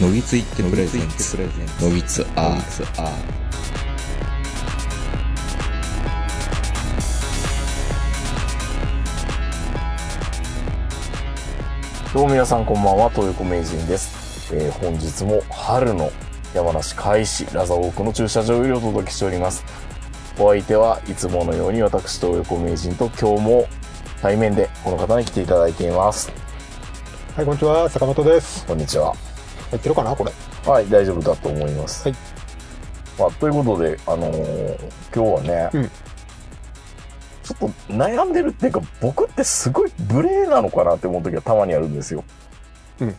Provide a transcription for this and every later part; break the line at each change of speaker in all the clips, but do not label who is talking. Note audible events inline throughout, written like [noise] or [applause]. のぎついってプレゼンツのぎつアーツア
どうも皆さんこんばんは、東横名人です。えー本日も春の山梨開始、ラザオークの駐車場よりお届けしております。お相手はいつものように私、東横名人と今日も対面でこの方に来ていただいています。
はい、こんにちは、坂本です。
こんにちは。
入ってるかな、これ。
はい、大丈夫だと思います。
はい。
まあ、ということで、あのー今日はね、
うん
ちょっと悩んでるっていうか、僕ってすごい無礼なのかなって思う時はたまにあるんですよ。
うん。
[laughs]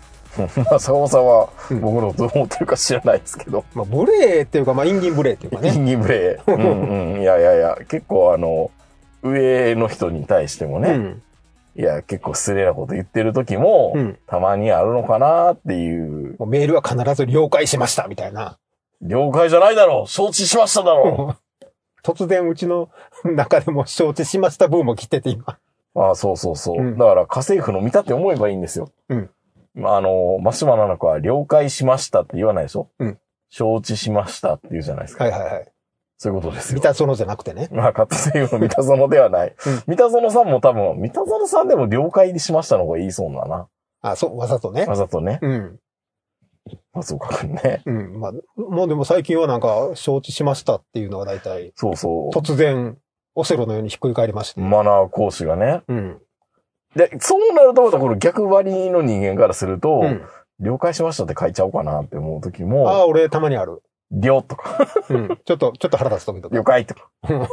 まあ、坂本さんは
うん
僕のことどう思ってるか知らないですけど、
まあ、無礼っていうか、まあ、陰銀無礼っていうか
演
ね。
技無
[laughs]
礼。うんうん。いやいやいや、結構あの、上の人に対しても
う
ね、
ん。
いや、結構失礼なこと言ってる時も、
うん。
たまにあるのかなっていう
もうメールは必ず了解しました、みたいな。
了解じゃないだろう承知しましただろ
突然、うちの [laughs] 中でも承知しましたブームを切ってて、今。
うああ、そうそうそう。
うん
だから、家政婦の見たって思えばいいんですよ。
うん。
まあ、あの、マシュマロなんかは了解しましたって言わないでしょ
うん。
承知しましたって言うじゃないですか。
はいはいはい。
そういうことです
見
よ。
たそのじゃなくてね。
[laughs] まあ、家政婦の三田園ではない。
うん
三田園さんも多分、三田園さんでも了解しましたの方がいいそうだな。
あ、そう、わざとね
わ。ざとね。
うん。
松岡くんね。
うん。まあ、もうでも最近はなんか、承知しましたっていうのは大体、
そうそ
突然、オセロのようにひっくり返りまして
う。。マナー講師がね。
うん。
で、そうなると、またこの逆張りの人間からすると、
うん。
了解しましたって書いちゃおうかなって思う時
ああ、
も、
俺、たまにある。
りょとか。
うん。ちょっと、ちょっと腹立つ時とか
了。解とか
うん。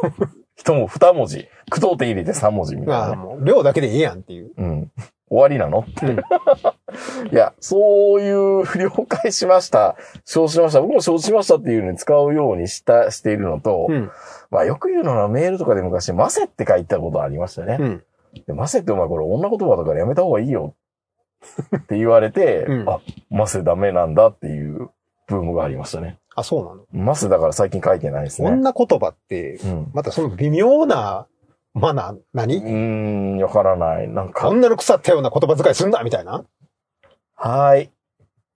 人も二文字。句読点入れて三文字みたい
ああ、
な。
もう、量だけでいいやんっていう。
うん。終わりなの
うん。
[laughs] いや、そういう了解しました。承知しました。僕も承知しましたっていうのに使うようにした、しているのと、
うん。
まあよく言うのはメールとかで昔、マセって書いたことありましたね。
うん。
でマセってお前これ女言葉だからやめた方がいいよ。って言われて、
うん
あ、マセダメなんだっていうブームがありましたね。
あ、そうなの
マセだから最近書いてないですね。
女言葉って、
うん。
またその微妙なマナー、
う
何
ーん、わからない。なんか、
女の腐ったような言葉遣いすんなみたいな
はーい。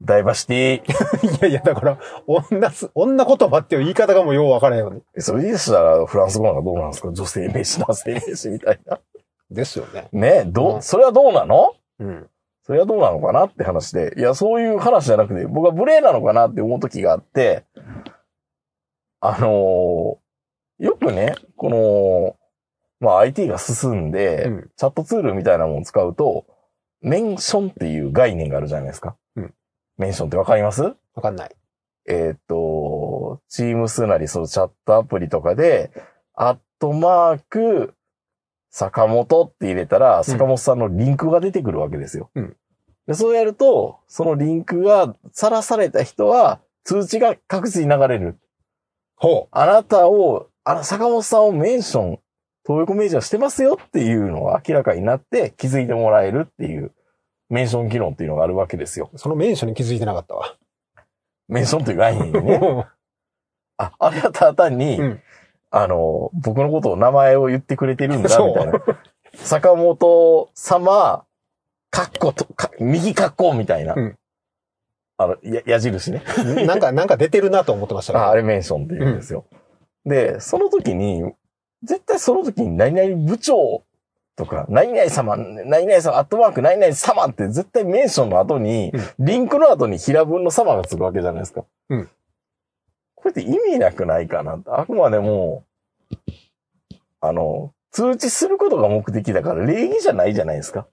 ダイバーシティ。
いやいや、だから、女す、女言葉っていう言い方がもうよう分からへんよね。
[laughs] それでしたら、フランス語なんかどうなんですか女性名詞、男性名詞みたいな。 [laughs]
ですよね。
ねど、
うん
それはどうなの
うん。
それはどうなのかなって話で。いや、そういう話じゃなくて、僕は無礼なのかなって思う時があって、あのーよくね、この、まあ IT が進んで、
うん
チャットツールみたいなものを使うと、メンションっていう概念があるじゃないですか。
うん
メンションってわかります
わかんない。
えーっ、と、チームスなり、そのチャットアプリとかで、アットマーク、坂本って入れたら、坂本さんのリンクが出てくるわけですよ。
うん
でそうやると、そのリンクがさらされた人は、通知が各自に流れる。
ほ
あなたを、あの、坂本さんをメンション、東横メジャーしてますよっていうのが明らかになって気づいてもらえるっていう、メンション機能っていうのがあるわけですよ。
う。その名所に気づいてなかったわ。
メンションという概念にね。あ、あれはただ単に、
うん
あの、僕のことを名前を言ってくれてるんだ、
そう
みたいな。坂本様、カッコと、か右カッコみたいな。
うん
あの、や矢印ね。
[laughs] なんか、なんか出てるなと思ってました
あ
か
あれメンションって言うんですよ。で、その時に、絶対その時に何々部長とか、何々様、何々様、アットマーク、何々様って絶対メンションの後に、リンクの後に平文の様がつくわけじゃないですか。
うん
これって意味なくないかなあくまでも、あの、通知することが目的だから礼儀じゃないじゃないですか。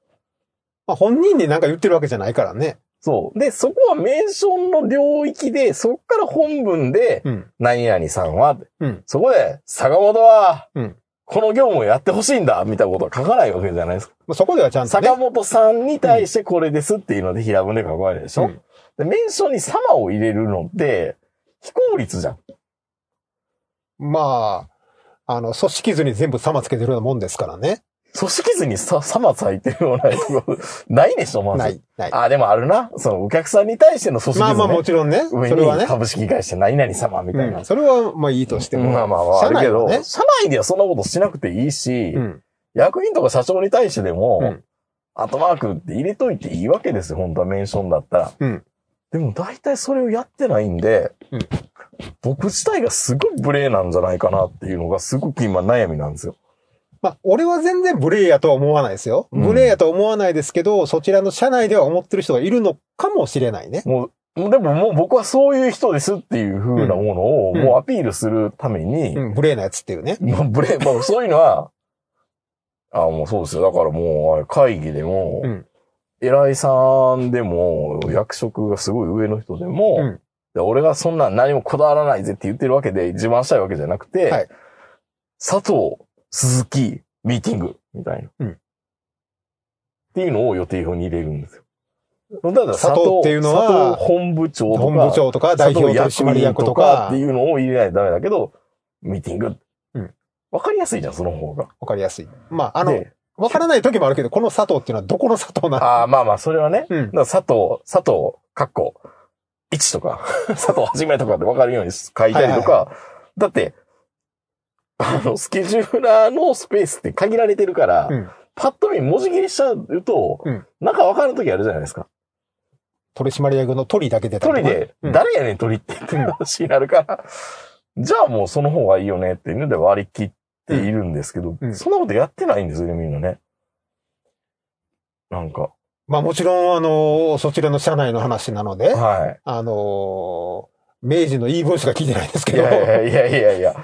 まあ、本人になんか言ってるわけじゃないからね。
そう。で、そこはメンションの領域で、そこから本文で、
うん。
何々さんは、
うん
そこで、坂本は、
うん
この業務をやってほしいんだみたいなことは書かないわけじゃないですか。
まあ、そこではちゃんとね
坂。本さんに対してこれですっていうので平文で書かれるでしょ、
うん
で、メンションに様を入れるのって、非効率じゃん。
まあ、あの、組織図に全部様つけてるようなもんですからね。
組織図にさ、様咲いてるようなところ、ないでしょ、まず。
ない、ない。
あ、でもあるな。その、お客さんに対しての組織図、ね。
まあまあもちろんね。そ
上
れは
に
ね。
株式会社何々様みたいな。
うんそれはまあいいとしても。
まあまあまあ、あ
社
るけ
内
ど、
はね。
社内ではそんなことしなくていいし、
うん。
役員とか社長に対してでも、
うん
後マークって入れといていいわけですよ。本当はメンションだったら。
うん
でも大体それをやってないんで、
うん
僕自体がすごい無礼なんじゃないかなっていうのがすごく今悩みなんですよ。
まあ、俺は全然無礼やとは思わないですよ。
うん
無礼やとは思わないですけど、そちらの社内では思ってる人がいるのかもしれないね。
もう、もうでももう僕はそういう人ですっていう風なものを
うん
もうアピールするために、
うん、無礼なやつっていう
[laughs]
ね。
まあ無礼、まあそういうのは、あもうそうですよ。だからもうあれ会議でも、
うん
偉いさんでも、役職がすごい上の人でも、
うん
で俺がそんな何もこだわらないぜって言ってるわけで自慢したいわけじゃなくて、
はい
佐藤、鈴木、ミーティング、みたいな、
うん
っていうのを予定表に入れるんですよ。だから
佐藤っていうのは
佐藤本部長とか、
本部長とか代表取締役とか
って、いうのを入れないとダメだけど、ミーティング。
うん
わかりやすいじゃん、その方が。
わかりやすい。まあ、あの
で、
わからない時もあるけど、この佐藤っていうのはどこの佐藤なの
ああ、まあまあ、それはね。
うん
だから佐藤、佐藤、かっこ、1とか、 [laughs] 佐藤はじめとかってわかるように書いたりとか、だって、あの、スケジューラーのスペースって限られてるから、
うん
パッと見文字切りしちゃうと、
うん
なんかわかるときあるじゃないですか。
取締役の鳥だけ出た
鳥
りとかね
で、
うん
誰やねん鳥ってって話になるから、じゃあもうその方がいいよねっていうので割り切っているんですけど、
うん
そんなことやってないんですよね、みんなね。なんか、
まあもちろん、あの、そちらの社内の話なので、
はい。
あの、明治の言い分しか聞いてないですけ
い
ど、
やいやいやいやいや。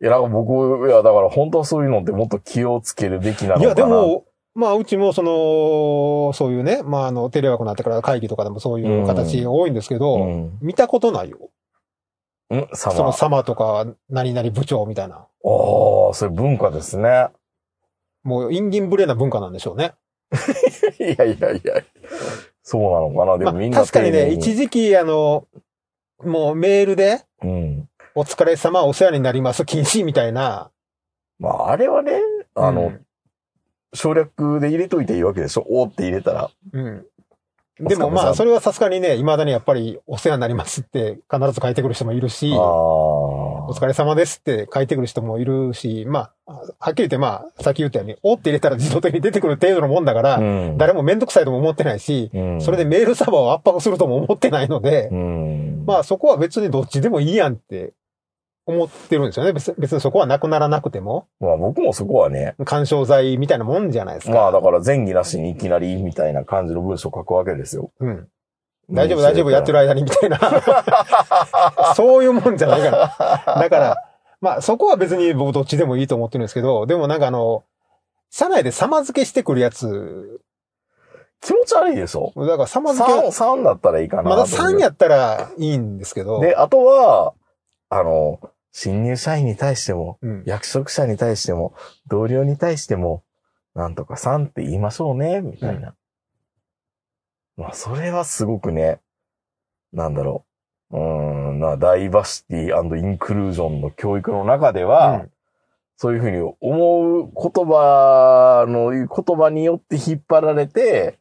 いや、なんか僕、いや、だから本当はそういうのってもっと気をつけるべきなのかな。
いや、で、も、まあ、うちも、その、そういうね、まあ、あの、テレワークになってから会議とかでもそういう形が多いんですけど、
うん。
見たことないよ。
うん、さ
そ
ま。
の
あ
様とか、何々部長みたいな。
あ、それ文化ですね。
もう、陰銀無礼な文化なんでしょうね。
いやいやいや。そうなのかな。で
ま
も
あ、
みんな、
確かにね、一。時期、あの、もうメールで、
うん。
お疲れ様、お世話になります、禁止みたいな。
まあ、あれはね、あの、
うん
省略で入れといていいわけでしょ。おーって入れたら。
うん。
お疲れ様
でもまあ、それはさすがにね、未だにやっぱりお世話になりますって必ず書いてくる人もいるし、
あ
お
あ。
疲れ様ですって書いてくる人もいるし、まあ、はっきり言ってまあ、さっき言ったように、おって入れたら自動的に出てくる程度のもんだから、
うん。
誰もめんどくさいとも思ってないし、
うん
それで、メールサーバーを圧迫するとも思ってないので
う、ん。
まあそこは別にどっちでもいいやんって思ってるんですよね。別別にそこはなくならなくても、
まあ、僕もそこはね、
干渉剤みたいなもんじゃないですか。
まあ、だから前儀なしにいきなりみたいな感じの文章を書くわけですよ。
うん。大丈夫大丈夫やってる間に
[laughs]
みたいな、
あ
そういうもんじゃない
[laughs]
から。だから、まあそこは別に僕どっちでもいいと思ってるんですけど、でもなんかあの、社内で様付けしてくるやつ、
気持ち悪いでしょ
だから様付け
?3、、三だったらいいかな。
まだ3やったらいいんですけど、
で、あとは、あの、新入社員に対しても、
うん、
役職者に対しても、同僚に対しても、なんとか3って言いましょうね、みたいな。まあ、それはすごくね、なんだろう。うーん、な、ダイバーシティインクルージョンの教育の中では、
うん
そういうふうに思う言葉の言葉によって引っ張られて、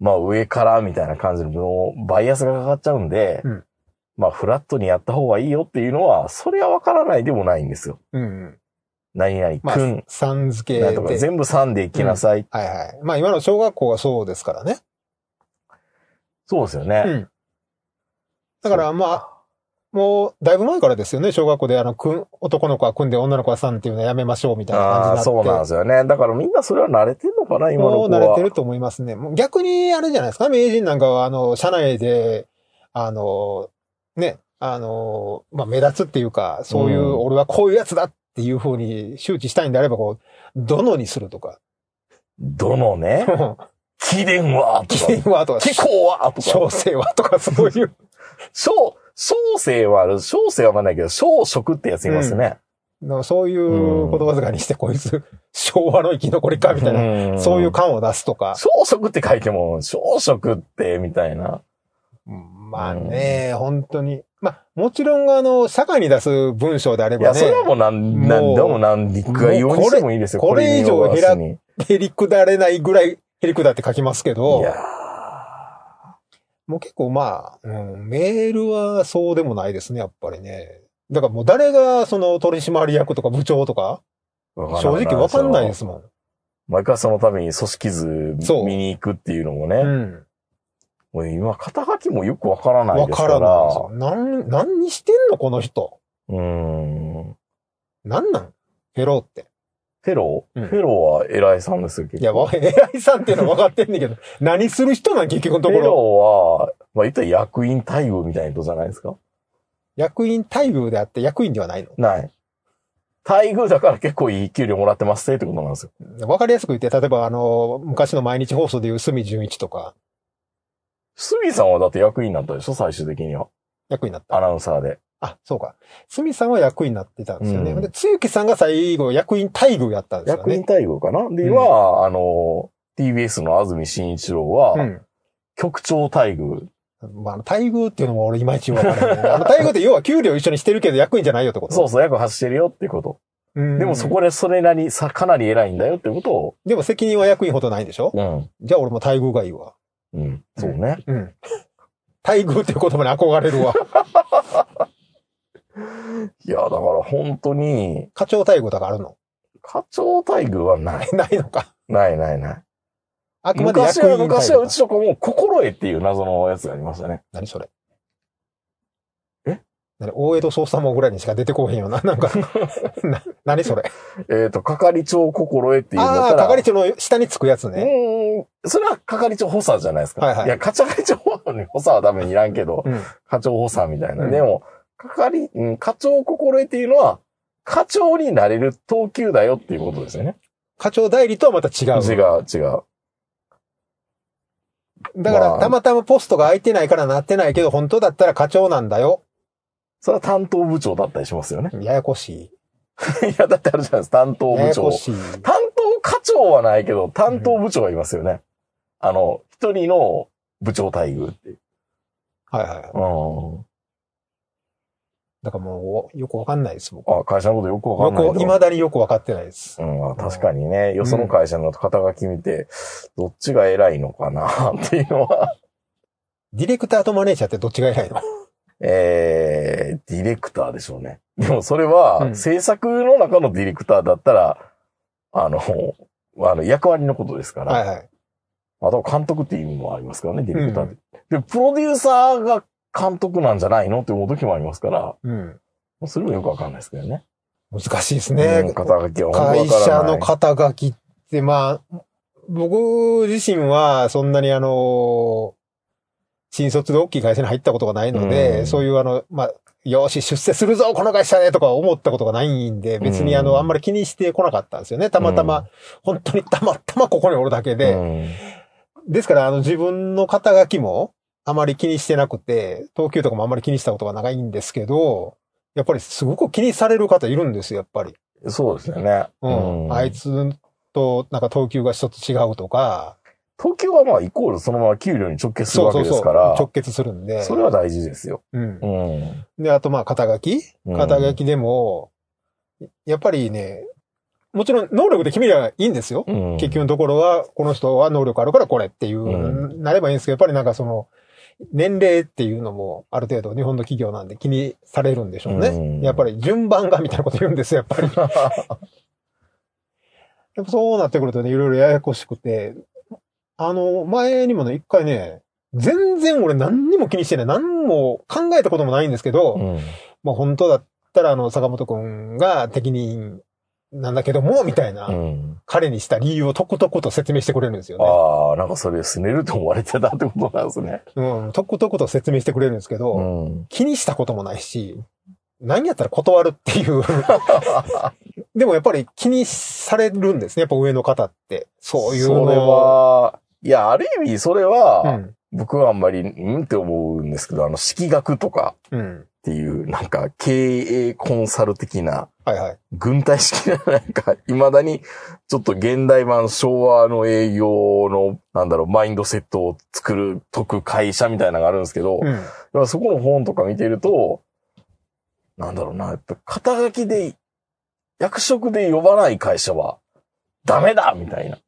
まあ上からみたいな感じのバイアスがかかっちゃうんで、
うん
まあフラットにやった方がいいよっていうのは、それはわからないでもないんですよ。
うん。
何々
まあ
くん、、
さん付け
なん
で。
とか全部3でいきなさい。
はいはい。まあ今の小学校はそうですからね。
そうですよね。
うん。だからまあ、もうだいぶ前からですよね、小学校であの、くん、男の子は組んで女の子はさんっていうのはやめましょうみたいな感じに
あ
な
あ、
って。
そうなんですよね。だからみんなそれは慣れてるのかな、今の子
も
は。
う慣れてると思いますね。もう逆にあれじゃないですか、名人なんかはあの、社内で、あの、ね、あの、まあ目立つっていうか、そういう、
うん
俺はこういうやつだっていうふうに周知したいんであれば、こう、どのにする
[laughs]
とか、
どの
[laughs]
ね、貴殿は、と
機
か、
嫌はとか、
貴公は、とか
小、生はと
[laughs]
か、そういう。
小、小生はある、小生はわかんないけど、小食ってやついますね。
のそういう言葉遣いにして、こいつ、昭和の生き残りか、みたいな、
うん
そういう感を出すとか。
小食って書いても、小食って、みたいな。
うんまあね、本当に。まあ、もちろん、あの、社会に出す文章であれ
い
ば
や、
ね
そ、れはもう何、何でも何でか言うにしてもいいですよ。
もうこれ
によらずに
[laughs] へりくだれないぐらい、へりくだって書きますけ
い
ど、
や
もう結構まあ、うんメールはそうでもないですね、やっぱりね。だからもう誰が、その、取締役とか部長とか、
ーわから
正直わかんないですもん。
毎回そのために組織図
そう
見に行くっていうのも
う
ね、
ん。
もう今、肩書きもよくわからない
わ
ですか。
かららないですよ。なん、何にしてんのこの人。
うーん。
なんなんフェローって。
フェロー、
うん
フェローは偉いさんですよ、
い
結
や、
構。
わ AI さんっていうのは分かってんねんけど、 [laughs] 何する人なん結局のと
フ
こ
ェ
ろ。
ローは、まあ言ったら役員待遇みたいな人じゃないですか。
役員待遇であって役員ではないの。
ない。待遇だから結構いい給料もらってますねってことなんですよ。
分かりやすく言って、例えばあの、昔の毎日放送でいう隅純一とか、
スミさんはだって役員になったでしょ最終的には。
役員になった。
アナウンサーで。
あ、そうか。隅さんは役員になってたんですよね。
うん
で、つゆきさんが最後役員待遇やったんですよ
役員
ね。
待遇かなで、
うん
今は、あの、TBS の安住紳一郎は、局長待遇。
うん。まあ、あの待遇っていうのも俺いまいち分からない。
[laughs]
あの待遇って要は給料一緒にしてるけど役員じゃないよってこと
そうそう、役発してるよっていうこと。
うん
でもそこでそれなり、さ、かなり偉いんだよってことを。
でも責任は役員ほどないんでしょ
うん。
じゃあ俺も待遇がいいわ。
うん。そうね。
うん。待遇っていう言葉に憧れる
[laughs]
わ。
いや、だから本当に、
課長待遇とかあるの
課長待遇はない。
ないのか。
ないないない。
あくまで
昔
役員
は、
待遇か
昔はうちとこも、心得っていう謎のやつがありましたね。
何それ。
え
何大江戸捜査網ぐらいにしか出てこへんよな。
[laughs]
なんか、な、何それ。
えっ、と、係長心得っていうのだっ
ああ
た
ー、
ら、
係長の下につくやつね。
うーん、それは係長補佐じゃないですか。
はいはい
や、係長補佐に補佐はダメにいらんけど、
うん。
課長補佐みたいな。
うん
でも、係、うん、課長心得っていうのは、課長になれる等級だよっていうことですよね。
課長代理とはまた違
違
う。
う、違う。
だ
ま
から、
あ
たまたまポストが空いてないからなってないけど、本当だったら課長なんだよ。
それは担当部長だったりしますよね。
ややこし
[laughs] いや、だってあるじゃないですか、担
い。
当
や
部
やこ
長。
しい。
担当課長はないけど、担当部長がいますよね。あの、一人の部長待遇っていう。
はいはい。
う
だからもう、よくわかんないです、僕。
ん。あ、会社のことよくわ
よ
かんないけ
く、
ど。
未だによくわかってないです。
うん、確かにね、よその会社の肩書き見て、どっちが偉いのかな [laughs] っていうのは、
ディレクターとマネージャーってどっちが偉いの
えー、ディレクターでしょうね。でもそれ
う
は、
ん
制作の中のディレクターだったら、あの、あの役割のことですから、
はいはい。
あとは監督っていう意味もありますからね、ディレクターって。で、プロデューサーが監督なんじゃないのって思う時もありますから、
うん。
それもよくわかんないですけどね。
難しいですね。
うん肩書きは本当わからな
会
い
社の肩書きって、まあ、僕自身はそんなにあの、新卒で大きい会社に入ったことがないので、
うん
そういうあの、まあ、よし、出世するぞ、この会社でとか思ったことがないんで、別にあ
うん
の、あんまり気にしてこなかったんですよね。たまたま、
うん
本当にたまたまここにおるだけで。
うん
ですから、あの、自分の肩書きもあまり気にしてなくて、東急とかもあんまり気にしたことがないんですけど、やっぱりすごく気にされる方いるんですよ、やっぱり。
そうですよね。
うん。あいつと、なんか等級が一つ違うとか、
東京はまあイコールそのまま給料に直結するわけですから、
直結するんで。
それは大事ですよ。
うん
う。ん。
で、あとまあ、肩書き
うん
肩書きでも、やっぱりね、もちろん能力で決めりゃいいんですよ。
うん
結局のところは、この人は能力あるからこれっていう、
う
なればいいんですけど、やっぱりなんかその、年齢っていうのも、ある程度日本の企業なんで気にされるんでしょうね。
うん
やっぱり順番がみたいなこと言うんですよ、やっ
[laughs]
ぱり。やっぱそうなってくるとね、いろいろややこしくて、あの、前にもね、一回ね、全然俺何にも気にしてない。何も考えたこともないんですけど、
うん
まあ本当だったらあの、坂本くんが適任なんだけども、みたいな、
うん
彼にした理由をとことこと説明してくれるんですよね。
ああ、なんかそれすねると思われてたってことなんですね。
うん、とことこと説明してくれるんですけど、
うん。
気にしたこともないし、何やったら断るって
[laughs]
いう。でもやっぱり気にされるんですね、やっぱ上の方って。そういう
そ
の
れは、いや、ある意味それ
う
は、
ん。
僕はあんまり、うんって思うんですけど、あの、式学とか
うん。
っていう、なんか経営コンサル的な、
はいはい。
軍隊式な、 [laughs] なんか、未だに、ちょっと現代版昭和の営業の、なんだろう、マインドセットを作る、解く会社みたいなのがあるんですけど、
うん。
だからそこの本とか見てると、なんだろうな、やっぱ肩書きで、役職で呼ばない会社はダメだみたいな。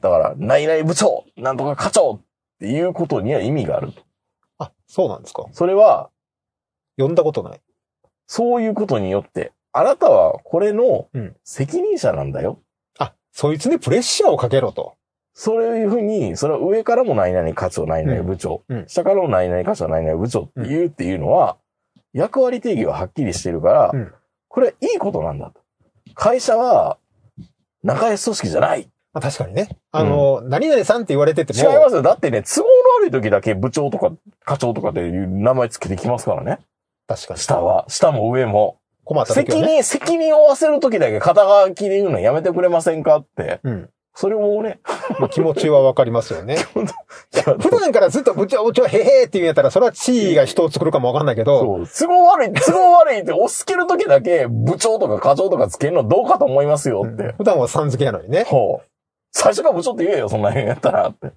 だから、内々部長なんとか課長っていうことには意味があると。
あ、そうなんですか。
それは、
呼んだことない。
そういうことによって、あなたはこれの
うん
責任者なんだよ。
あ、そいつにプレッシャーをかけろと。
そういうふうに、それは上からも何々課長、何々部長、
うんうん
下からも何々課長、何々部長って言うっていうのは、役割定義がはっきりしてるから、
うん
これはいいことなんだと。会社は、仲良し組織じゃない。
まあ確かにね。あの、何々さんって言われてて
違
も。
いますよ。だってね、都合の悪い時だけ部長とか課長とかっていう名前つけてきますからね。
確かに。
下は、下も上も。
困った時
責
はね。
任、責任を負わせる時だけ肩書きで言うのやめてくれませんかって。
うん。
それも
[laughs]
ね、
まあ気持ちはわかりますよね。
いや
普段からずっと部長部長へへーって言うんやったら、それは地位が人を作るかもわかんないけど、
[laughs] そう。都合悪い、 [laughs] 都合悪いって押し付けるときだけ部長とか課長とかつけるのどうかと思いますよ
う
っ
ん
て。
普段はさん付けやのにね。
ほう。最初から部長って言えよ、そんなにやったらって。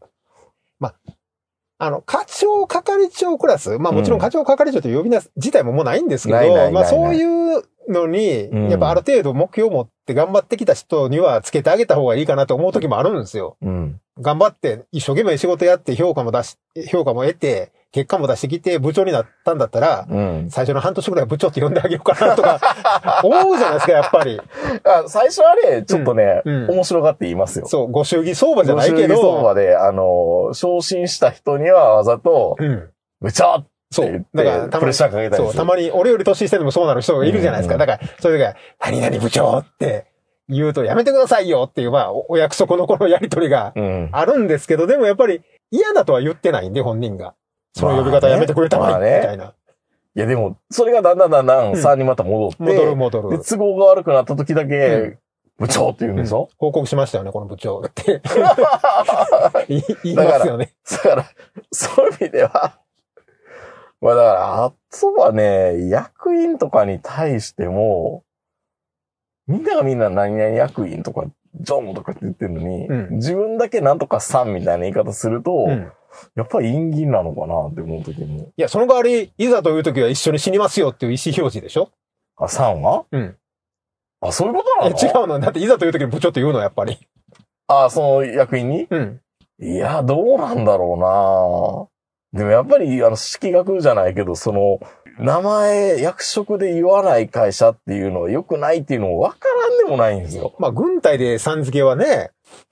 あの、課長係長クラス、まあもちろ
うん
ん課長係長という呼び名自体ももうないんですけ
ないないないな
ど、
い
まあそういうのに
うん、
やっぱある程度目標を持って頑張ってきた人にはつけてあげた方がいいかなと思う時もあるんですよ。
うん。
頑張って一生懸命仕事やって評価も出し、評価も得て、結果も出してきて部長になったんだったら、
うん。
最初の半年ぐらいは部長って呼んであげようかな
[laughs]
とか、思うじゃないですか、やっぱり。
あ最初はね、ちょっとね、
うんうん
面白がって言いますよ。
そう、ご祝儀相場じゃないけ
ご祝儀相場
ど、
で、あの、昇進した人にはわざと、
うん。
部長って
そ
言っ
う
て。、
だから、た
プ
ま
レッ
に、
シャーかけたりす
そ
る。
う、たまに俺より年下でもそうなる人がいるじゃないです
う
か。
んう
だから、それが、何々部長って言うとやめてくださいよっていう、まあ、おお約束のこのやりとりが
うん。
あるんですけど、でもやっぱり嫌だとは言ってないんで、本人が。その呼び方やめてくれたま
まあ
え、
ね
みたいな。
いやでも、それがだんだんだんだん3にまた戻って、
戻る戻
で、
る。
都合が悪くなった時だけ、部長って言うんでしょ、
報告しましたよね、この部長って。
[laughs]
言い [laughs] 言いますよね。
だから、そういう意味では、まあだから、あとはね、役員とかに対しても、みんながみんな何々役員とか、ジョンとかって言ってるのに、
うん
自分だけなんとかさんみたいな言い方すると、
うん
やっぱり陰銀なのかなって思う時も。
いや、その代わり、いざという時は一緒に死にますよっていう意思表示でしょ
あ、さんは
うん。
あ、そういうこと
い
な
や
の
違うの。だって、いざという時に部長って言うの、やっぱり。
あ、その役員に
うん。
いや、どうなんだろうなでもやっぱり、あの、式学じゃないけど、その、名前、役職で言わない会社っていうのは良くないっていうのも分からんでもないんですよ。
まあ、軍隊でさん付けはね、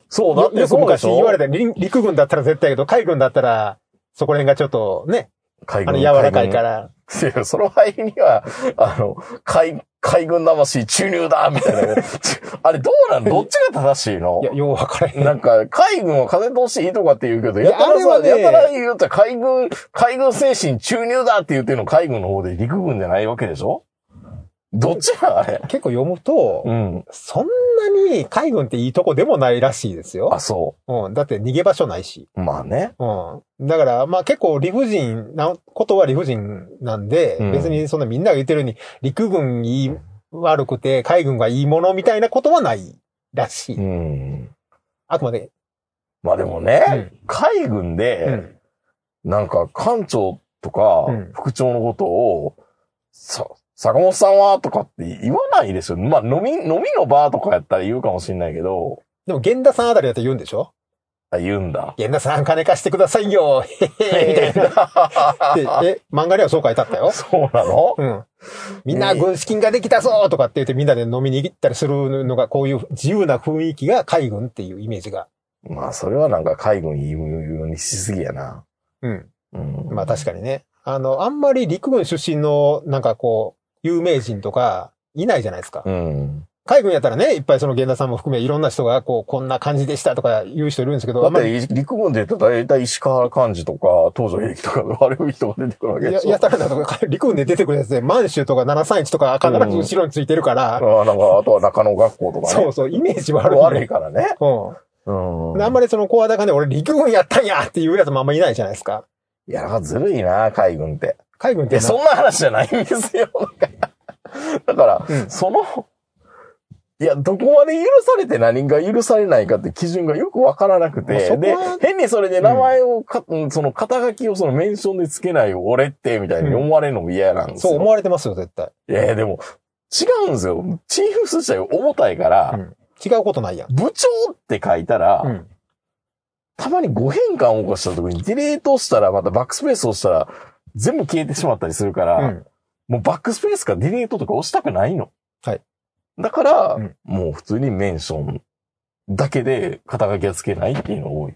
そう、だっ
よ
て
よく
そうで
昔
しょ
言われた、り陸軍だったら絶対やけど、海軍だったら、そこら辺がちょっとね、
海
あの、
軍。
柔らかいからら。
いや、その割には、あの、海、海軍魂注入だみたいな。 [laughs] ちあれ、どうなんどっちが正しいの
いや、よう分からへん。
[laughs] なんか、海軍は風通しいいとかって言うけど、
いや
やたら
あれは
さ、
ね
やたら言うと海軍、海軍精神注入だって言ってるの海軍の方で陸軍じゃないわけでしょどっちやあれ。
結構読むと、
うん。
そんなに海軍っていいとこでもないらしいです
あ、
よ。
そ
うん。だって逃げ場所ないし。
う。まあね。
うん。だから、まあ結構理不尽なことは理不尽なんで、
うん
別にそんなみんなが言ってるように、陸軍いい悪くて、海軍がいいものみたいなことはないらしい。
うん。
あくまで。
まあでも
う
ね、
ん
海軍
う
で、
ん。
なんか、艦長とか
うん、
副長のことを、さ、坂本さんはとかって言わないですよ。まあ、飲み、飲みのバーとかやったら言うかもしれないけど、
でも、源田さんあたりだって言うんでしょ
あ、言うんだ。
源田さん金貸してくださいよへへへみたいな。 [laughs] で、え、漫画にはそう書いてあった
[laughs]
よ。
そうなの
うん。みんな軍資金ができたぞとかって言ってみんなで飲みに行ったりするのが、こういう自由な雰囲気が海軍っていうイメージが。
まあ、それはなんか海軍言うようにしすぎやな。
うん。
うん。
まあ確かにね。あの、あんまり陸軍出身の、なんかこう、有名人とか、いないじゃないですか。
うん。
海軍やったらね、いっぱいその源田さんも含めいろんな人が、こう、こんな感じでしたとか言う人いるんですけど、
だ
あ
っ
んまり、
て、陸軍で言ったら大体石川幹事とか、東条英機とか、 [laughs] 悪い人が出てくるわけ
や
でしょ。
やたらだとか、陸軍で出てくるやつで、満州とか731とか必ず後ろについてるから、
ああなんか、あとは中野学校とかね。
そうそう、イメージ悪い。
悪い。からね。
うん。
うん。
[laughs] であんまりその声高で俺陸軍やったんやっていうやつもあんまいないじゃないですか。
いや、なんかずるいな、海軍って。
海軍っ
い
て
や、
な
そんな話じゃないんですよ。 [laughs] だから、
うん
その、いや、どこまで許されて何が許されないかって基準がよくわからなく
まあ
て、
そこ
で
は、
変にそれで名前をか、うんその肩書きをそのメンションでつけないよ、俺って、みたいに思われるのも嫌なんです
そう
よ。
思われてますよ、絶対。
いやいや、でも、違うんですよ。チーフス自体重たいから、
うん違うことないやん。
部長って書いたら、
うん。
たまに誤変換を起こした時に、ディレートをしたら、またバックスペースを押したら、全部消えてしまったりするから、
うん。
もうバックスペースかディレートとか押したくないの。
はい。
だから、
うん
もう普通にメンションだけで肩書きがつけないっていうのが多い。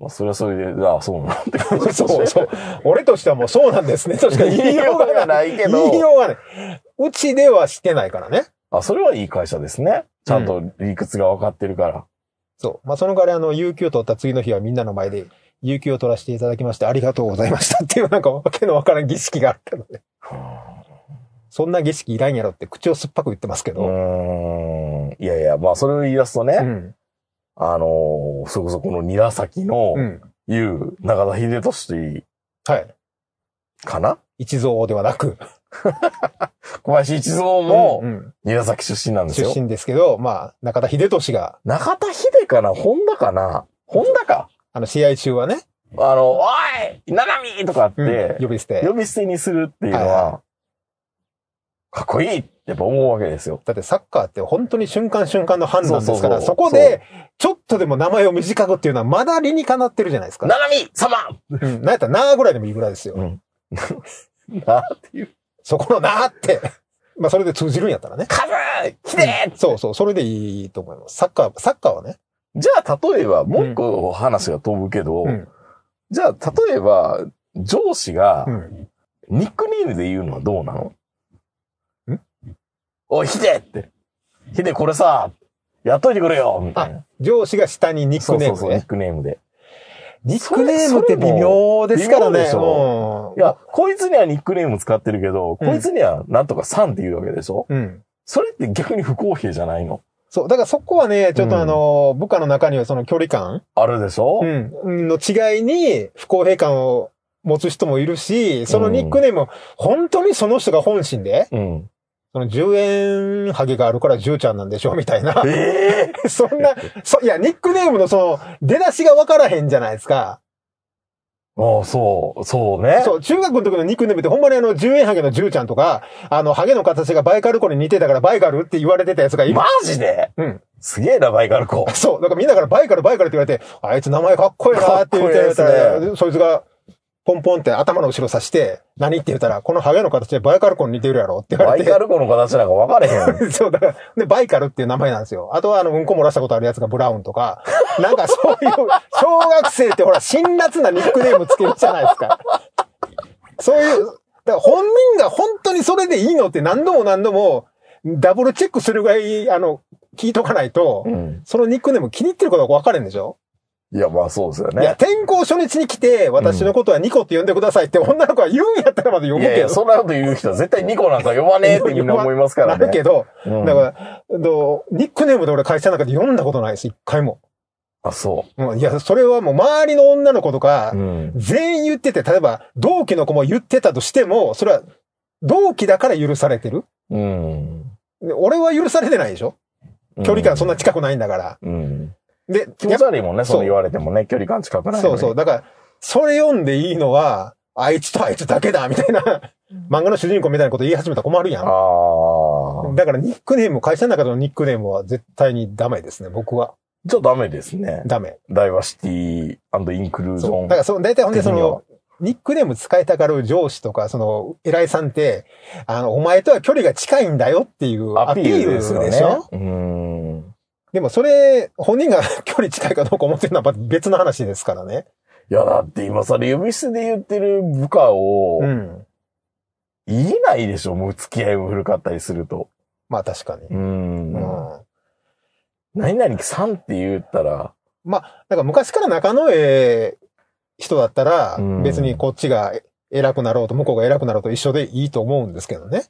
まあ、それはそれで、ああ、 [laughs] そうなのって感じですね
[laughs] そうそう。俺としてはもうそうなんですね。としか言いようがない。
ないけ
言いようがない。うちではしてないからね。
あ、それはいい会社ですね。ちゃんと理屈が分かってるから。
そう。まあ、その代わりあの、有給取った次の日はみんなの前で、有給を取らせていただきましてありがとうございましたっていうなんかわけのわからん儀式があったので。そんな儀式いらんやろって口を酸っぱく言ってますけ
う
ど。
ーん。いやいや、まあ、それを言い出すとね、
うん。
あのーそれこそこの韮崎の
うん。
言う中田秀俊
はい。
かな
一蔵ではなく、
小林一蔵も
うん
韮崎出身なんです
出
よ。
身ですけど、まあ、中田秀俊が、
中田秀かな本田かな本田か。
あの、試合中はね、
あの、おい七海とかっ
うん
て、
呼び捨て。
呼び捨てにするっていうのは、
はい
かっこいいってやっぱ思うわけですよ。
だってサッカーって本当に瞬間瞬間の判断ですから、
そ
そう
そうそう
こで、ちょっとでも名前を短くっていうのはまだ理にかなってるじゃないですか。
七海様
うん、なんやったらなーぐらいでもいいぐらいですよ。
[laughs] なっていう。
そこのなーって。まあそれで通じるんやったらね。
カズ来て
そうそう、それでいいと思います。サッカー、サッカーはね。
じゃあ、例えば、もう一個話が飛ぶけど、
うん
じゃあ、例えば、上司が
う、ん。
ニックネームで言うのはどうなの
ん
おい、ヒデって。ヒデこれさ、やっといてくれよみたいな。
上司が下にニッ
そ
ク
う
ネー
そ
ム
う
ね。
そう、ニックネームで。
ニックネームって微妙ですからね。
それそれも
う
いや、こいつにはニックネーム使ってるけど、
うん
こいつにはなんとかさんって言うわけでしょ
ん。うん。
それって逆に不公平じゃないの
そう。だからそこはね、ちょっ
う
と
ん
あの、部下の中にはその距離感、
あるでしょ、
うん、の違いに不公平感を持つ人もいるし、そのニックネームを本当にその人が本心で、
うん、
その10円ハゲがあるから10ちゃんなんでしょみたいな。
ええ
[laughs] そんな、そ、いや、ニックネームのその、出だしが分からへんじゃないですか。
ああ、そう、そうね。
そう、中学の時のニックネームってほんまにあの、10円ハゲの10ちゃんとか、あの、ハゲの形がバイカルコに似てたからバイカルって言われてたやつがいる。
マジで
うん。
すげえな、バイカル
[laughs]
コ。
そう、だからみんなからバイカルバイカルって言われて、あいつ名前かっこいいなって言って
かっこいいですね
たら、でそいつが、ポンポンって頭の後ろ刺して、何って言ったら、このハゲの形でバイカルコに似てるやろって言わ
バ
れ
イ
て
カ。ルコの形なんか分かれへん。
[laughs] そう、だから、で、バイカルっていう名前なんですよ。あとは、あの、うんこ漏らしたことあるやつがブラウンとか、 [laughs] なんかそういう、小学生ってほら、辛辣なニックネームつけるじゃないですか。そういう、だから本人が本当にそれでいいのって何度も何度も、ダブルチェックするぐらい、あの、聞いとかないと、
うん
そのニックネーム気に入ってるかどうか分かれんでしょ、
いや、まあそうですよ
いや、
ね。
転校初日に来て、私のことはニコって呼んでくださいって女の子が言うんやったらまだ呼
い
ぶけど。
やいや、そんなこと言う人は絶対ニコなんか呼ばねえってみんな思いますから
なる
ね
け。ど、
うん
だから、あのニックネームで俺会社の中で読んだことないです、一回も。
あ、そ
うん、いや、それはもう周りの女の子とか
う。う、ん。
全員言ってて、例えば同期の子も言ってたとしても、それは同期だから許されてる。
うん。
で俺は許されてないでしょ距離感そんな近くないんだから。
うん。
で、
気持ち悪いもんね、
そう
そう言われてもね、距離感近くないのに。
そうそう。だから、それ読んでいいのは、あいつとあいつだけだ、みたいな、漫画の主人公みたいなこと言い始めたら困るやん。
ああ。
だからニックネーム、会社の中でのニックネームは絶対にダメですね、僕は。
じゃあダメですね。
ダメ。
ダイバーシティインクルージ
そう。
ョン。
だから、その、大体ほんで、そ
的には
の、ニックネーム使いたがる上司とか、その、偉いさんって、あの、お前とは距離が近いんだよっていうア
ア
ピ
ピ
ー
ー
ル
ル
で
ですす
よ、
よ
ね、
ね。
でしょ
うん。
でも、それ、本人が [laughs] 距離近いかどうか思ってるのはまた別の話ですからね。
いや、だって今さ、呼び捨てで言ってる部下を、
うん。
言えないでしょ、もう付き合いも古かったりすると。
まあ、確かに。
うん
う
何
ん。
々さんって言ったら、
だから昔から仲のええ人だったら
う、ん
別にこっちが偉くなろうと、向こうが偉くなろうと一緒でいいと思うんですけどね。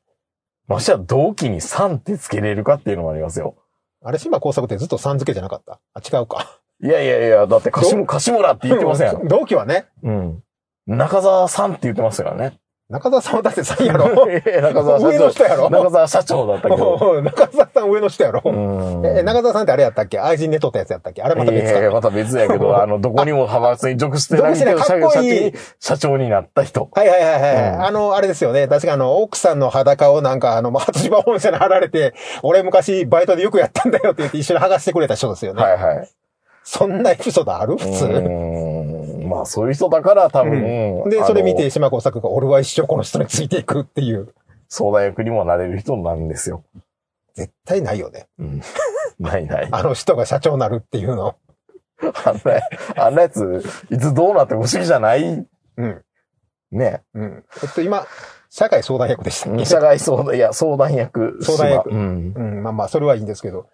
ましては同期にさんって付けれるかっていうのもありますよ。
あれ、島工作ってずっとさん付けじゃなかった。あ、違うか。
いやいやいや、だってかしも、かしもらって言ってません。
[laughs] 同期はね、
うん。中澤さんって言ってましたからね。
中澤さんはだってさんや
[laughs]
ろ。
いや中澤
上の
社
人やろ
長。中澤社長だったけど。
おう [laughs] 中澤さん上の人やろ。
うん
え、中澤さんってあれやったっけ愛人で撮ったやつやったっけあれまた
い
別
やいや、
か。
また別やけど、
[laughs]
あの、どこにも派閥に属してないけど、
属して
社
ないかっこいい
社社長になった人。
はいはいはいはい。
うん
あの、あれですよね。確かあの、奥さんの裸をなんか、あの、松島本社に貼られて、俺昔バイトでよくやったんだよって言って一緒に剥がしてくれた人ですよね。
はいはい。
そんなエピソードある普通。
うーんまあ、そういう人だから多分、あ
で、
の
それ見て、島工作が、俺は一生この人についていくっていう。
相談役にもなれる人なんですよ。
絶対ないよね。
うんないない。
あの人が社長になるっていうの。
あんな、あんなやつ、いつどうなっても不思議じゃない
うん。
ね。
うん。えっと、今、社会相談役でしたっけ
社外相談、いや、相談役。
相談役
芝うん。
うん、まあまあ、それはいいんですけど。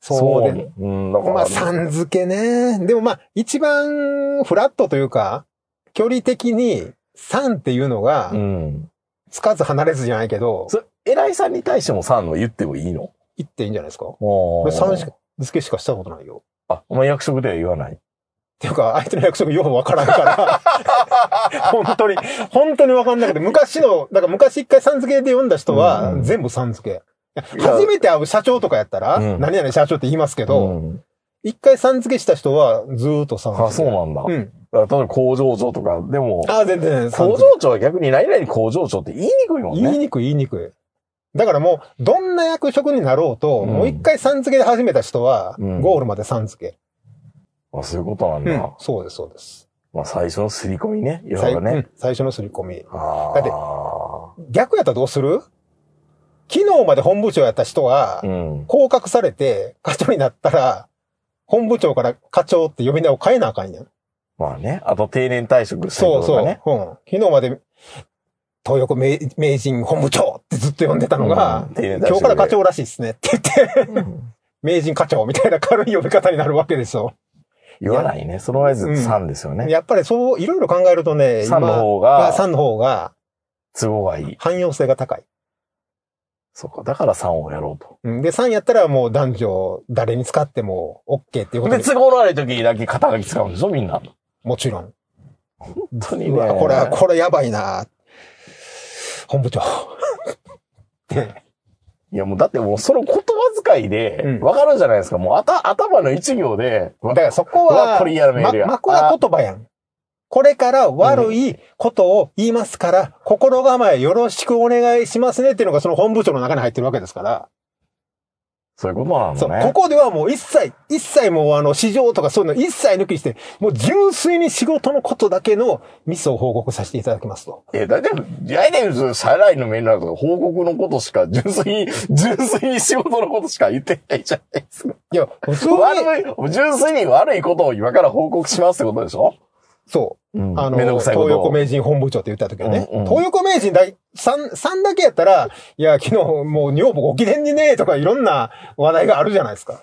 そうで。
そう。うん、だから、
まあ、さん付けね。でもまあ、一番フラットというか、距離的に、さんっていうのが
う、ん。
つかず離れずじゃないけど、
それ、偉いさんに対してもさんの言ってもいいの
言っていいんじゃないですか
こ
俺、さん付けしかしたことないよ。っ
あ、お前役職では言わない。
ていうか、相手の役職ようわからん [laughs] から、本当に、本当にわかんなくて、昔の、だから昔一回さん付けで読んだ人
う
は、
ん
全部さん付け。
いや
初めて会う社長とかやったら、
うん
何々社長って言いますけ
う
ど、
ん
一、回さん付けした人は、ずーっとさん付け。
あ、そうなんだ。
う
だ
ん。
から例えば工場長とか、でも、
あ、全然、さん
工
付け
場長は逆に何々工場長って言いにくいもん
言い
ね。
にくい、言いにくい。だからもう、どんな役職になろうと、
うん
もう一回さん付けで始めた人は、
うん
ゴールまでさん付け。
あ、そういうことなん
う
だ。
んそうです、そうです。
まあ最初の刷り込みね。いわ
最
ゆる
う
ね。
ん最初の刷り込み。
あ
だって
あ。
逆やったらどうする昨日まで本部長やった人が
う、ん。
降格されて、課長になったら、本部長から課長って呼び名を変えなあかんやん。
まあね。あと定年退職したり
そ
と
う
か
そう。
ね。
うん、昨日まで、東横名名人本部長ってずっと呼んでたのが、
うん定年退職で
今日から課長らしいっすねって言って、名人課長みたいな軽い呼び方になるわけでしょ。
言わないね。その合図さんですよね。
やっぱりそう、いろいろ考えるとね、
さんの方
今、
が
さんの方が
都合がいい。
汎用性が高い。
そうか。だからさんをやろうと。
うんで、3やったらもう男女、誰に使っても OK っていうこと
で、
に
都合の悪い時だけ肩書き使うんでしょみんな。
もちろん。
本当に
う
ね
わ、。これは、これやばいな本部長。
いやもうだってもうその言葉遣いで
うん、
わかるじゃないですか。もうあた、頭の一行で、
だからそ
う
こ
わ
は、
これ嫌なメールや
ま、枕言葉やん。これから悪いことを言いますから、心構えよろしくお願いしますねっていうのがその本部長の中に入ってるわけですから、
そういうことなん
そ
だ
う、
ね。
ここではもう一切、一切もうあの、市場とかそういうの一切抜きにして、もう純粋に仕事のことだけのミスを報告させていただきますと。
え、だいたい、大体、その社内のメールなんか報告のことしか、純粋に、純粋に仕事のことしか言ってないじゃないですか。
いや、普通に、
悪い、純粋に悪いことを今から報告しますってことでしょ
そうう、
ん
あの、
めんどくさい
東
こと
横
を。
名人本部長って言った時はね、
うんうん
東横名人だい、3、三だけやったら、いや、昨日もう女房ご機嫌にね、とかいろんな話題があるじゃないですか。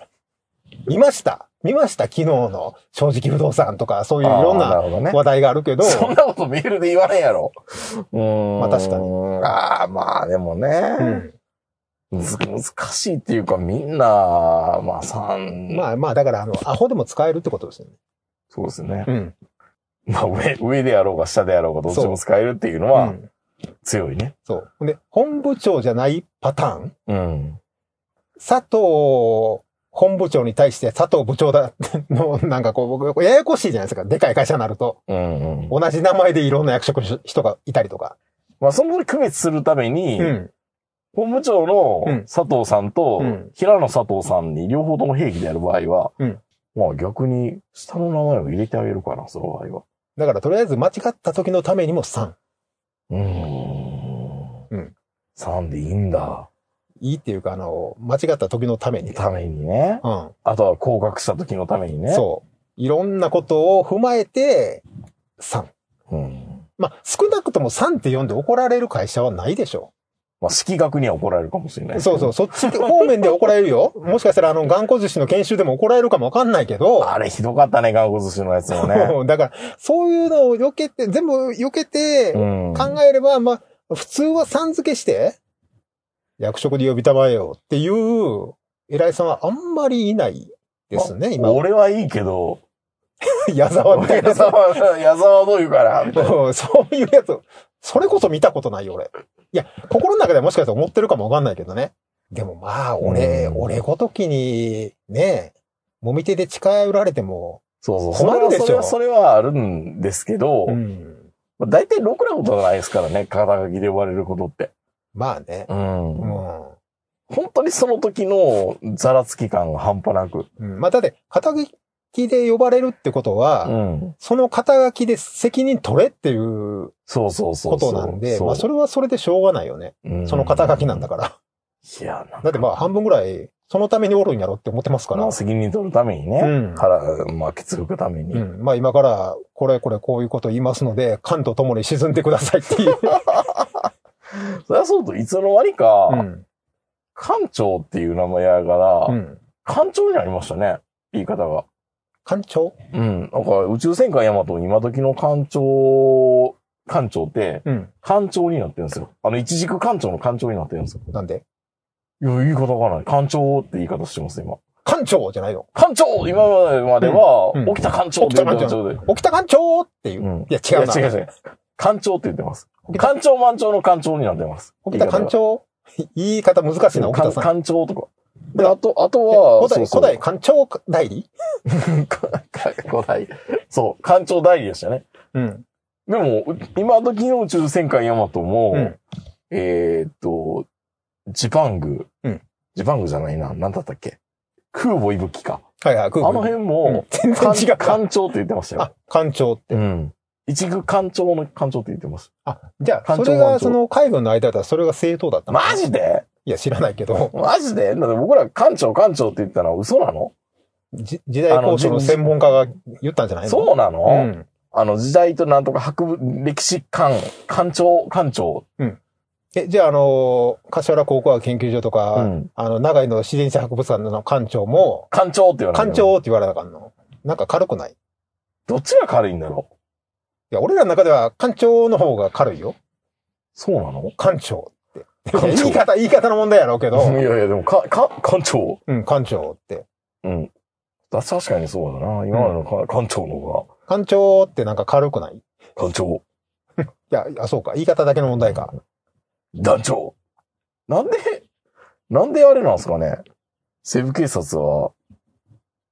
見ました見ました昨日の正直不動産とか、そういういろん
あーなるほど
な
ね
話題があるけど、
そんなことメールで言わないやろ。うーん。
まあ確かに。
ああ、まあでもね、
うん
むず難しいっていうか、みんな、まあさん、
まあまあ、だからあの、アホでも使えるってことですよね。
そうですね。
うん。
まあ上、上であろうが下であろうがどっちも使えるっていうの
う
は
ん
強いね。
そう。で、本部長じゃないパターン
うん。
佐藤本部長に対して佐藤部長だの、なんかこう、僕、ややこしいじゃないですか。でかい会社になると。
うんうん。
同じ名前でいろんな役職の人がいたりとか。
まあその区別するために、
うん。
本部長
う
の
ん
佐藤さんと
うん
平野佐藤さんに両方とも兵器である場合は、
うん
まあ逆に下の名前を入れてあげるかな、その場合は。
だからとりあえず間違った時のためにも3。
うーん。
うん。
さんでいいんだ。
いいっていうか、あの、間違った時のために。
ためにね。
うん。
あとは降格した時のためにね。
そう。いろんなことを踏まえて、3。
う。うん。
まあ、少なくとも3って呼んで怒られる会社はないでしょ
まあ式学には怒られるかもしれな
う。
い。
そうそう。。そっち方面で怒られるよ。 [laughs] もしかしたら、あの、頑固寿司の研修でも怒られるかもわかんないけど。
あれひどかったね、ガンゴ寿司のやつもね。
だから、そういうのを避けて、全部避けて
う、ん。
考えれば、まあ、普通はさん付けして、役職で呼びたまえよっていう、偉いさんはあんまりいないですね、今。
俺はいいけど、
矢沢みたい
矢
な。
沢は、矢沢はどう言うから、みたいな
うんそういうやつ、それこそ見たことないよ、俺。いや、心の中ではもしかしたら思ってるかもわかんないけどね。でもまあ、俺、
うん
俺ごときに、ね、もみ手で近寄られても、
そうそう。
困るでしょ
それは、それはそれはあるんですけど、
うん
まあ大体ろくなことはないですからね、肩書きで呼ばれることって。
まあね、
うん
うん
本当にその時のざらつき感が半端なく。
うんまあ、だって、肩書きで呼ばれるってことは、
うん。
その肩書きで責任取れっていう
そうそうそうそう。
ことなんで、
う
まあそれはそれでしょうがないよね。
うん
その肩書きなんだから。 [laughs]
いや、なんか
だってまあ半分ぐらいそのためにおるんやろって思ってますから
まあ、。責任取るためにね、
うん
腹巻きつくために、
うん。まあ今から、これこれこういうこと言いますので、缶と共に沈んでくださいっていう。
そりゃ [laughs] そうと、いつの間にか、
うん。
館長っていう名前やから、
うん。
館長になりましたね、言い方が。
艦長
うん。なんか、宇宙戦艦ヤマト今時の艦長、艦長って、
うん。
艦長になってるんですよ。あの、一軸艦長の艦長になってるんですよ。
なんで
いや、言い方がない。艦長って言い方してます、今。
艦長じゃないの。
艦長今までは、
うんうん
起きた艦長って言ってたで。
沖田艦長っていう。
うん。
いや、違うな。
いや違う違う。艦長って言ってます。艦長満長の艦長になってます。
沖田艦長言い方難しいな、
の
沖田さん。
艦長とか。で、あと、あとは、
古代、
そうそう
古代艦長代理
[laughs] 古代。そう、艦長代理でしたね。
うん。
でも、今時の宇宙戦艦ヤマトも、
うん
えーっと、ジパング、
うん
ジパングじゃないな、なんだったっけ空母いぶきか。
はいはい、空
あの辺も、
全
艦
然違うか。
艦長って言ってましたよ。
あ、艦長って。
うん。一区艦長の艦長って言ってます。
あ、じゃあ、
艦
そ
長
れ
艦
が、
長
その海軍の間だったらそれが正当だったの
マジで
いや、知らないけど、 [laughs]
マジでだって僕ら艦長艦長って言ったのは嘘なの
じ時代交渉の専門家が言ったんじゃないの
そうなの、
うん。
あの、時代となんとか博物、歴史館、館長、館長。
え、じゃあ、あの、柏高校研究所と
う
か、
ん。
あの、長井の自然史博物館の館長も、
館長って言わない。
館長って言われなあかんの。なんか軽くないい
どっちが軽いんだろう
や、俺らの中では館長の方が軽いよ。
そうなの
館長って。
艦長
言い方、言い方の問題やろうけど、
いやいや、でも、か、か、館長。
うん、館長って。
うん。だ確かにそうだな。今までのか、館長の方
館長ってなんか軽くないい
が、館長、
や、いやそうか。言い方だけの問題か。
団長。なんで、なんであれなんですかね。西部警察は、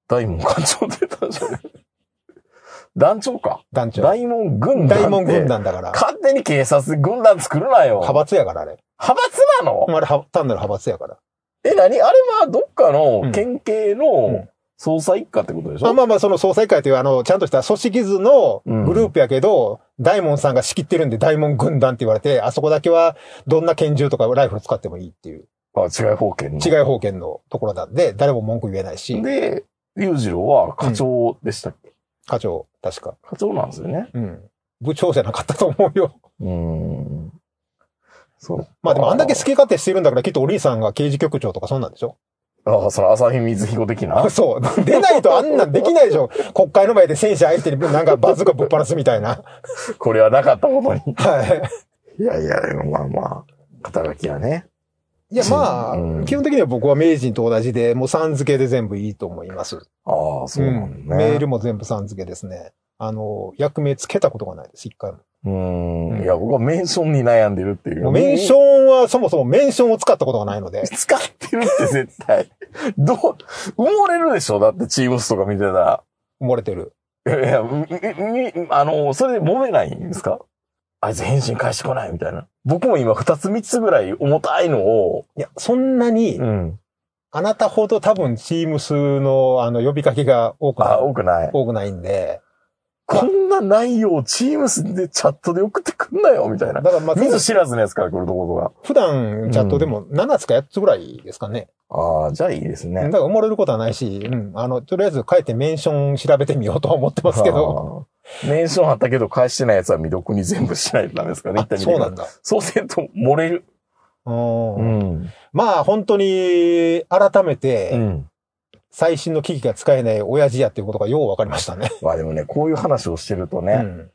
大門館長って言ったんじゃない団長か。
団長。
大門軍団って。
大門軍。団だから。
勝手に警察軍団作るなよ。
派閥やから、あれ。
派閥なの、
あれ、は単なる派閥やから。
え、何あれはどっか
う
の
ん
県警
う
の
ん
捜査一課ってことでしょ、
まあまあまあ、その総裁会という、あの、ちゃんとした組織図の
うん
グループやけど、大門さんが仕切ってるんで、大門軍団って言われて、あそこだけは、どんな拳銃とかライフル使ってもいいっていう、
あ、違い方権の。
違い方権のところなんで、誰も文句言えないし、
で、裕次郎は課長でしたっけ、
課長、確か。
課長なんですよね。
うん。部長じゃなかったと思うよ。
うん。そう。
まあでも、あんだけ好き勝手してるんだから、きっとお兄さんが刑事局長とかそんなんでしょ
ああ、その朝日水彦的な
そう。出ないとあんなんできないでしょ。国会の前で戦士相手になんかバズがぶっ放すみた
[laughs]
いな。
これはなかったことに。
は
[laughs]
い。
いやいや、でもまあまあ、肩書きはね。
いや、まあ、
うん
基本的には僕は名人と同じで、もうさん付けで全部いいと思います。
ああ、そうなんだね。
メールも全部さん付けですね。あの、役名つけたことがないです、一回も。
うん。いや、僕はメンションに悩んでるっていう。
もうメンションは、そもそもメンションを使ったことがないので。
使ってるって絶対。どう、埋もれるでしょだってチームスとか見てたら。
埋もれてる。
いやいや、み、み、あの、それで揉めないんですかあいつ返信返してこないみたいな。僕も今二つ三つぐらい重たいのを、
いや、そんなに、
ん。
あなたほど多分、チーム数の、あの、呼びかけが多くな
あ、
い
多くない。
多くないんで。
こんな内容をチームスでチャットで送ってくんなよみたい
だ
な。
から、まあ、
見ず知らずのやつから来るとこ
普段、チャットでも7つか8つぐらいですかね。
とが。ああ、じゃあいいですね。
だから埋もれることはないし、うん。あの、とりあえず帰ってメンション調べてみようとは思ってますけど。
あー。メンション貼ったけど返してないやつは未読に全部しないとダメですからね。一
あ
旦見て
そう
くだ
な
さい
んだ。
そうせんと漏れる。
うん
ん。
まあ本当に改め
う
て
ん。
最新の機器が使えない親父やっていうことがよう分かりましたね。
まあでもね、こういう話をしてるとね、
うん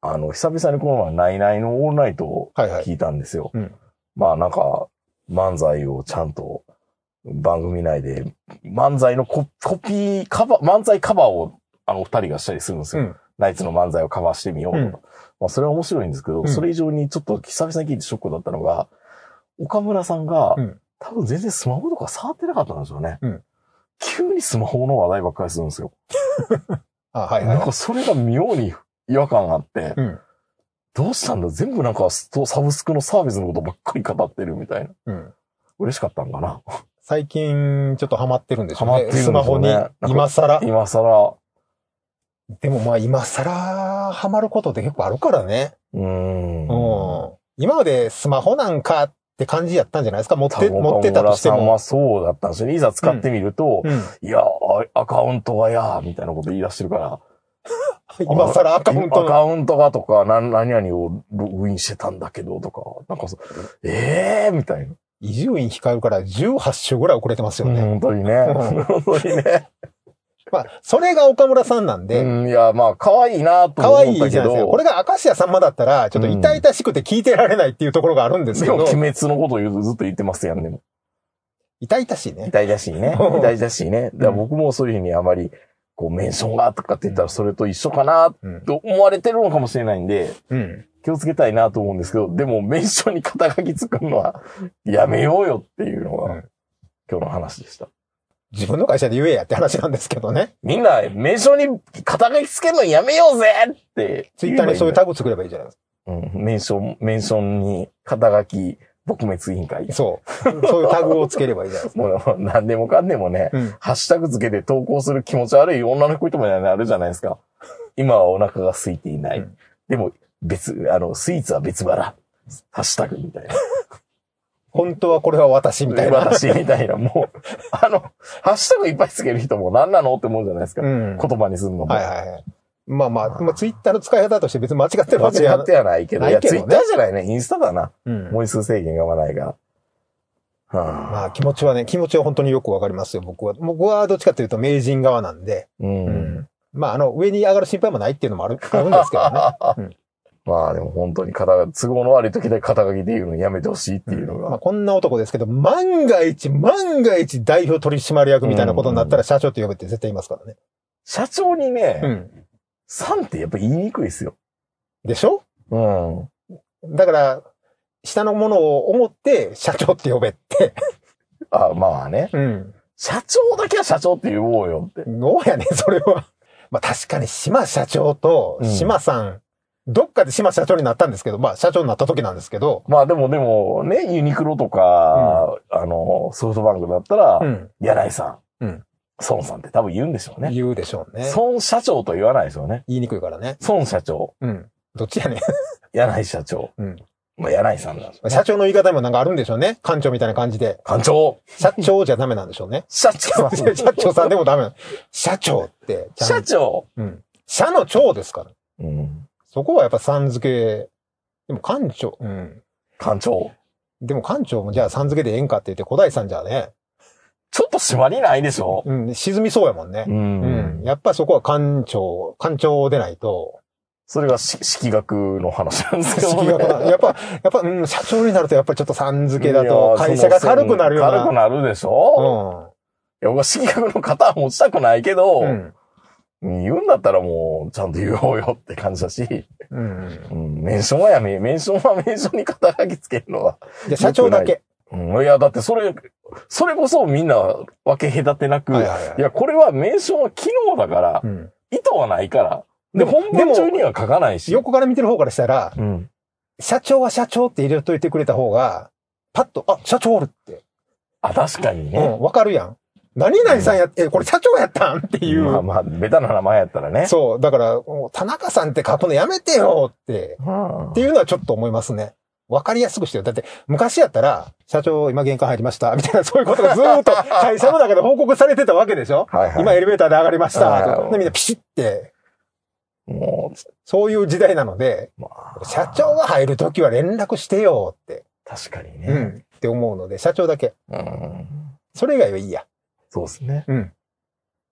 あの、久々にこの前、ナイナイのオールナイトを
はいはい
聞いたんですよ。
うん
まあなんか、漫才をちゃんと番組内で、漫才のココピー、カバー、漫才カバーをあの二人がしたりするんですよ。
うん
ナイツの漫才をカバーしてみようとか。
うん
まあそれは面白いんですけど、
ん
それ以上にちょっと久々に聞いてショックだったのが、岡村さんが、
うん
多分全然スマホとか触ってなかったんでしょうね。
うん
急にスマホの話題ばっかりするんですよ。
あ、はい
なん
は
かそれが妙に違和感があって、
うん
どうしたんだ全部なんかストサブスクのサービスのことばっかり語ってるみたいな。
い。うん
嬉しかったんかな。 [laughs]
最近ちょっとハマってるんでしょう
ハマっ
ね。
てるんでし
ス
ょうね
マホに今更。
今更、
でもまあ今更ハマることって結構あるからね。
うーん。
うん今までスマホなんかっって感じやったんじゃないですか持っ
多
て、
分
持ってたとして
岡村さん
も。
はそうだったんですよね。いざ使ってみると、
うん、
いや、あアカウントがや、みたいなこと言い出してるから。
今更アカウント
ア
の。
カウントがとか、何何々をログインしてたんだけどとか、なんかそう、ええー、みたいな。
伊集院光から18週ぐらい遅れてますよね。
本当にね。
うん
本当にね。
まあ、それが岡村さんなんで、
[laughs] うん、いや、まあ、可愛いなと
可
思
愛い
っ
じゃな
たけ
いですか。
ど、
これが明石家さんまだったら、ちょっと痛々しくて聞いてられないっていうところがあるんですけ
でも、
ど
鬼、滅のことを言うとずっと言ってますやん、でも。
痛々しいね。
痛々しい [laughs] ね。
うん
痛々しいね。だから僕もそういうふうにあまり、こう、メンションがとかって言ったらそれと一緒かな、
うん。
と思われてるのかもしれないんで、
うん。
気をつけたいなと思うんですけど、でも、メンションに肩書き作るのは、やめようよっていうのが、
うん
今日の話でした。
自分の会社で言えやって話なんですけどね。
みんな、名称に肩書きつけるのやめようぜって。
ツイッターにそういう
タ
タグ作ればいいじゃないです
うん、名称、名称に肩書き撲滅委員会
か。。そう。そういうタグをつければいいじゃないですか。
もう何でもかんでもね、
うん。
ハッシュタグつけて投稿する気持ち悪い女の子ともあるじゃないです
[laughs]
か。今はお腹が空いていない。
うん
でも、別、あの、スイーツは別腹。ハッシュタグみたいな。
本当はこれは私みたいな。
私みたいな。もう、あの、ハッシュタグいっぱいつける人も何なのって思うじゃないですか。
うん。はい
言葉にするのも。
はいはい。まあまあ、まあ、ツイッターの使い方として別に間違ってるわけじ
間
ゃ
違ってはないけど。い
ない
や、
けど
ツイ
ね
ッターじゃないね。インスタだな。
うん。
文数制限が合わないが。はあ、
まあ気持ちはね、気持ちは本当によくわかりますよ、僕は。僕はどっちかというと名人側なんで。
うん。
まあ、あの、上に上がる心配もないっていうのもある、あるんですけどね。
まあでも本当に肩が、都合の悪い時で肩書きで言うのやめてほしいっていうの
まあ、
が。
こんな男ですけど、万が一、万が一代表取締役みたいなことになったら社長って呼べって絶対言いますからね。
社長にね、
うん。
さんってやっぱ言いにくいですよ。
でしょ
うん。
だから、下のものを思って社長って呼べって。
あまあね。
うん。
社長だけは社長って言おうよって。
どうやねん、それは。まあ確かに島社長と
うん
島さん、どっかで島社長になったんですけど、まあ社長になった時なんですけど、
まあでもでもね、ユニクロとか、あの、ソフトバンクだったら、
うん。
柳井さん、
うん
孫さんって多分言うんでしょうね。
言うでしょうね。
孫社長と言わないですよね。
言いにくいからね。
孫社長、
うん。どっちやねん。
柳井社長、
うん
まあ柳井さんなんですよね
社長の言い方にもなんかあるんでしょうね。館長みたいな感じで。
館長
社長じゃダメなんでしょうね。
社長
[laughs] 社長さんでもダメなの。社長って。ちゃ
社
ん
長
うん。社の長ですから。
うん。
そこはやっぱさん付け。でも館長。うん。
館長。
でも館長もじゃあさん付けでええんかって言って、小田井さんじゃね。
ちょっと締まりないでしょ
うん。沈みそうやもんね。
ん
うん。やっぱそこは館長、館長でないと。
それがし色学の話なんですけど
式
ね。
がこな [laughs] やっぱ、やっぱ、うん、社長になるとやっぱりちょっとさん付けだと
いや
会社が軽くなるよう
軽く
な。
なるでしょ、ういや、僕は色学の型は持ちたくないけど、
うん。うん。
言うんだったらもう、ちゃんと言おうよって感じだし、
うん。
うん、メンションはやめ、メンションはメンションに肩書きつけるのは。
じゃあ社長だけ。
うん、いや、だってそれ、それこそみんな分け隔てなく、
はいいはいはい
や、これはメンションは機能だから
う、ん。
意図はないから。
で
で、
も
本文中には書かないし。
横から見てる方からしたら、
うん。
社長は社長って入れといてくれた方が、パッと、あ、社長おるって。
あ、確かに
う
ね。
ん、わかるやん。何々さんやって、えこれ社長やったんっていう。
まあまあ、ベタな名前やったらね。
そう、だから、もう田中さんって書くのやめてよって、
うん
っていうのはちょっと思いますね。わかりやすくしてよ。だって、昔やったら、社長、今玄関入りました、みたいな、そういうことがず
[laughs]
ーっと会社の中で報告されてたわけでしょ
はいはい。
今エレベーターで上がりました、
はい
と。でみんなピシって、
も
そういう時代なので、
う、まあ、
社長が入るときは連絡してよって、
確かに
う
ね。
ん、って思うので、社長だけ。
うん。
それ以外はいいや。
そうですね。
うん。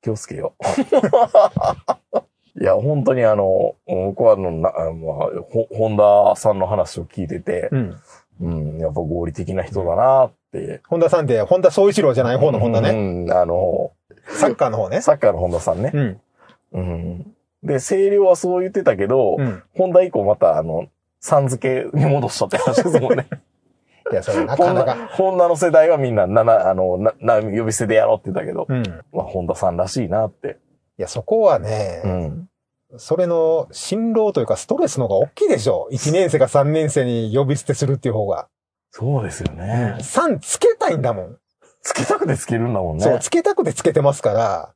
気をつけよう。いや、 [laughs] 本当にあの、僕はあの、なあまあ、ほ本田さんの話を聞いてて、
うん。
うん、やっぱ合理的な人だなって。
本田さんって、本田総一郎じゃない方の本田ね。
うん、あの、
サッカーの方ね。
サッカーの本田さんね。
うん。
うん。で、清涼はそう言ってたけど、
うん。
本田以降また、あの、さん付けに戻したって話ですも
[laughs]
んね。
いや、それなかなか。
本田の世代はみんな、なな、あの、な、な、呼び捨てでやろうって言ったけど、
うん。い
まあ、本田さんらしいなって。
や、そこはね、
うん。
それの辛労というかストレスの方が大きいでしょ。1年生か3年生に呼び捨てするっていう方が。
そうですよね。
3つけたいんだもん。
つけたくてつけるんだもんね。
そう、つけたくてつけてますから、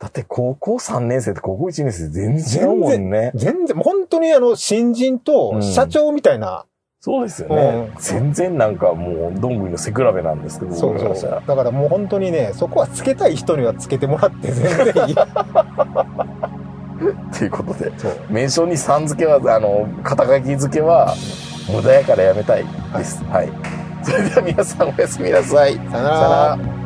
だって高校3年生と高校1年生全然違うもんね。
全然、もう本当にあの、新人と社長みたいな
そうですよね。全然なんかもう、どんぐりの背比べなんですけど、
そう
僕
そ
ら
う
し
そ
たら
う。だからもう本当にね、そこはつけたい人にはつけてもらって全 [laughs] 然いい。
ということで、
そう。
名称にさん付けは、あの、肩書き付けは、無駄やからやめたいです。はい。それでは皆さんおやすみなさい。
さよな
さよなら
ら。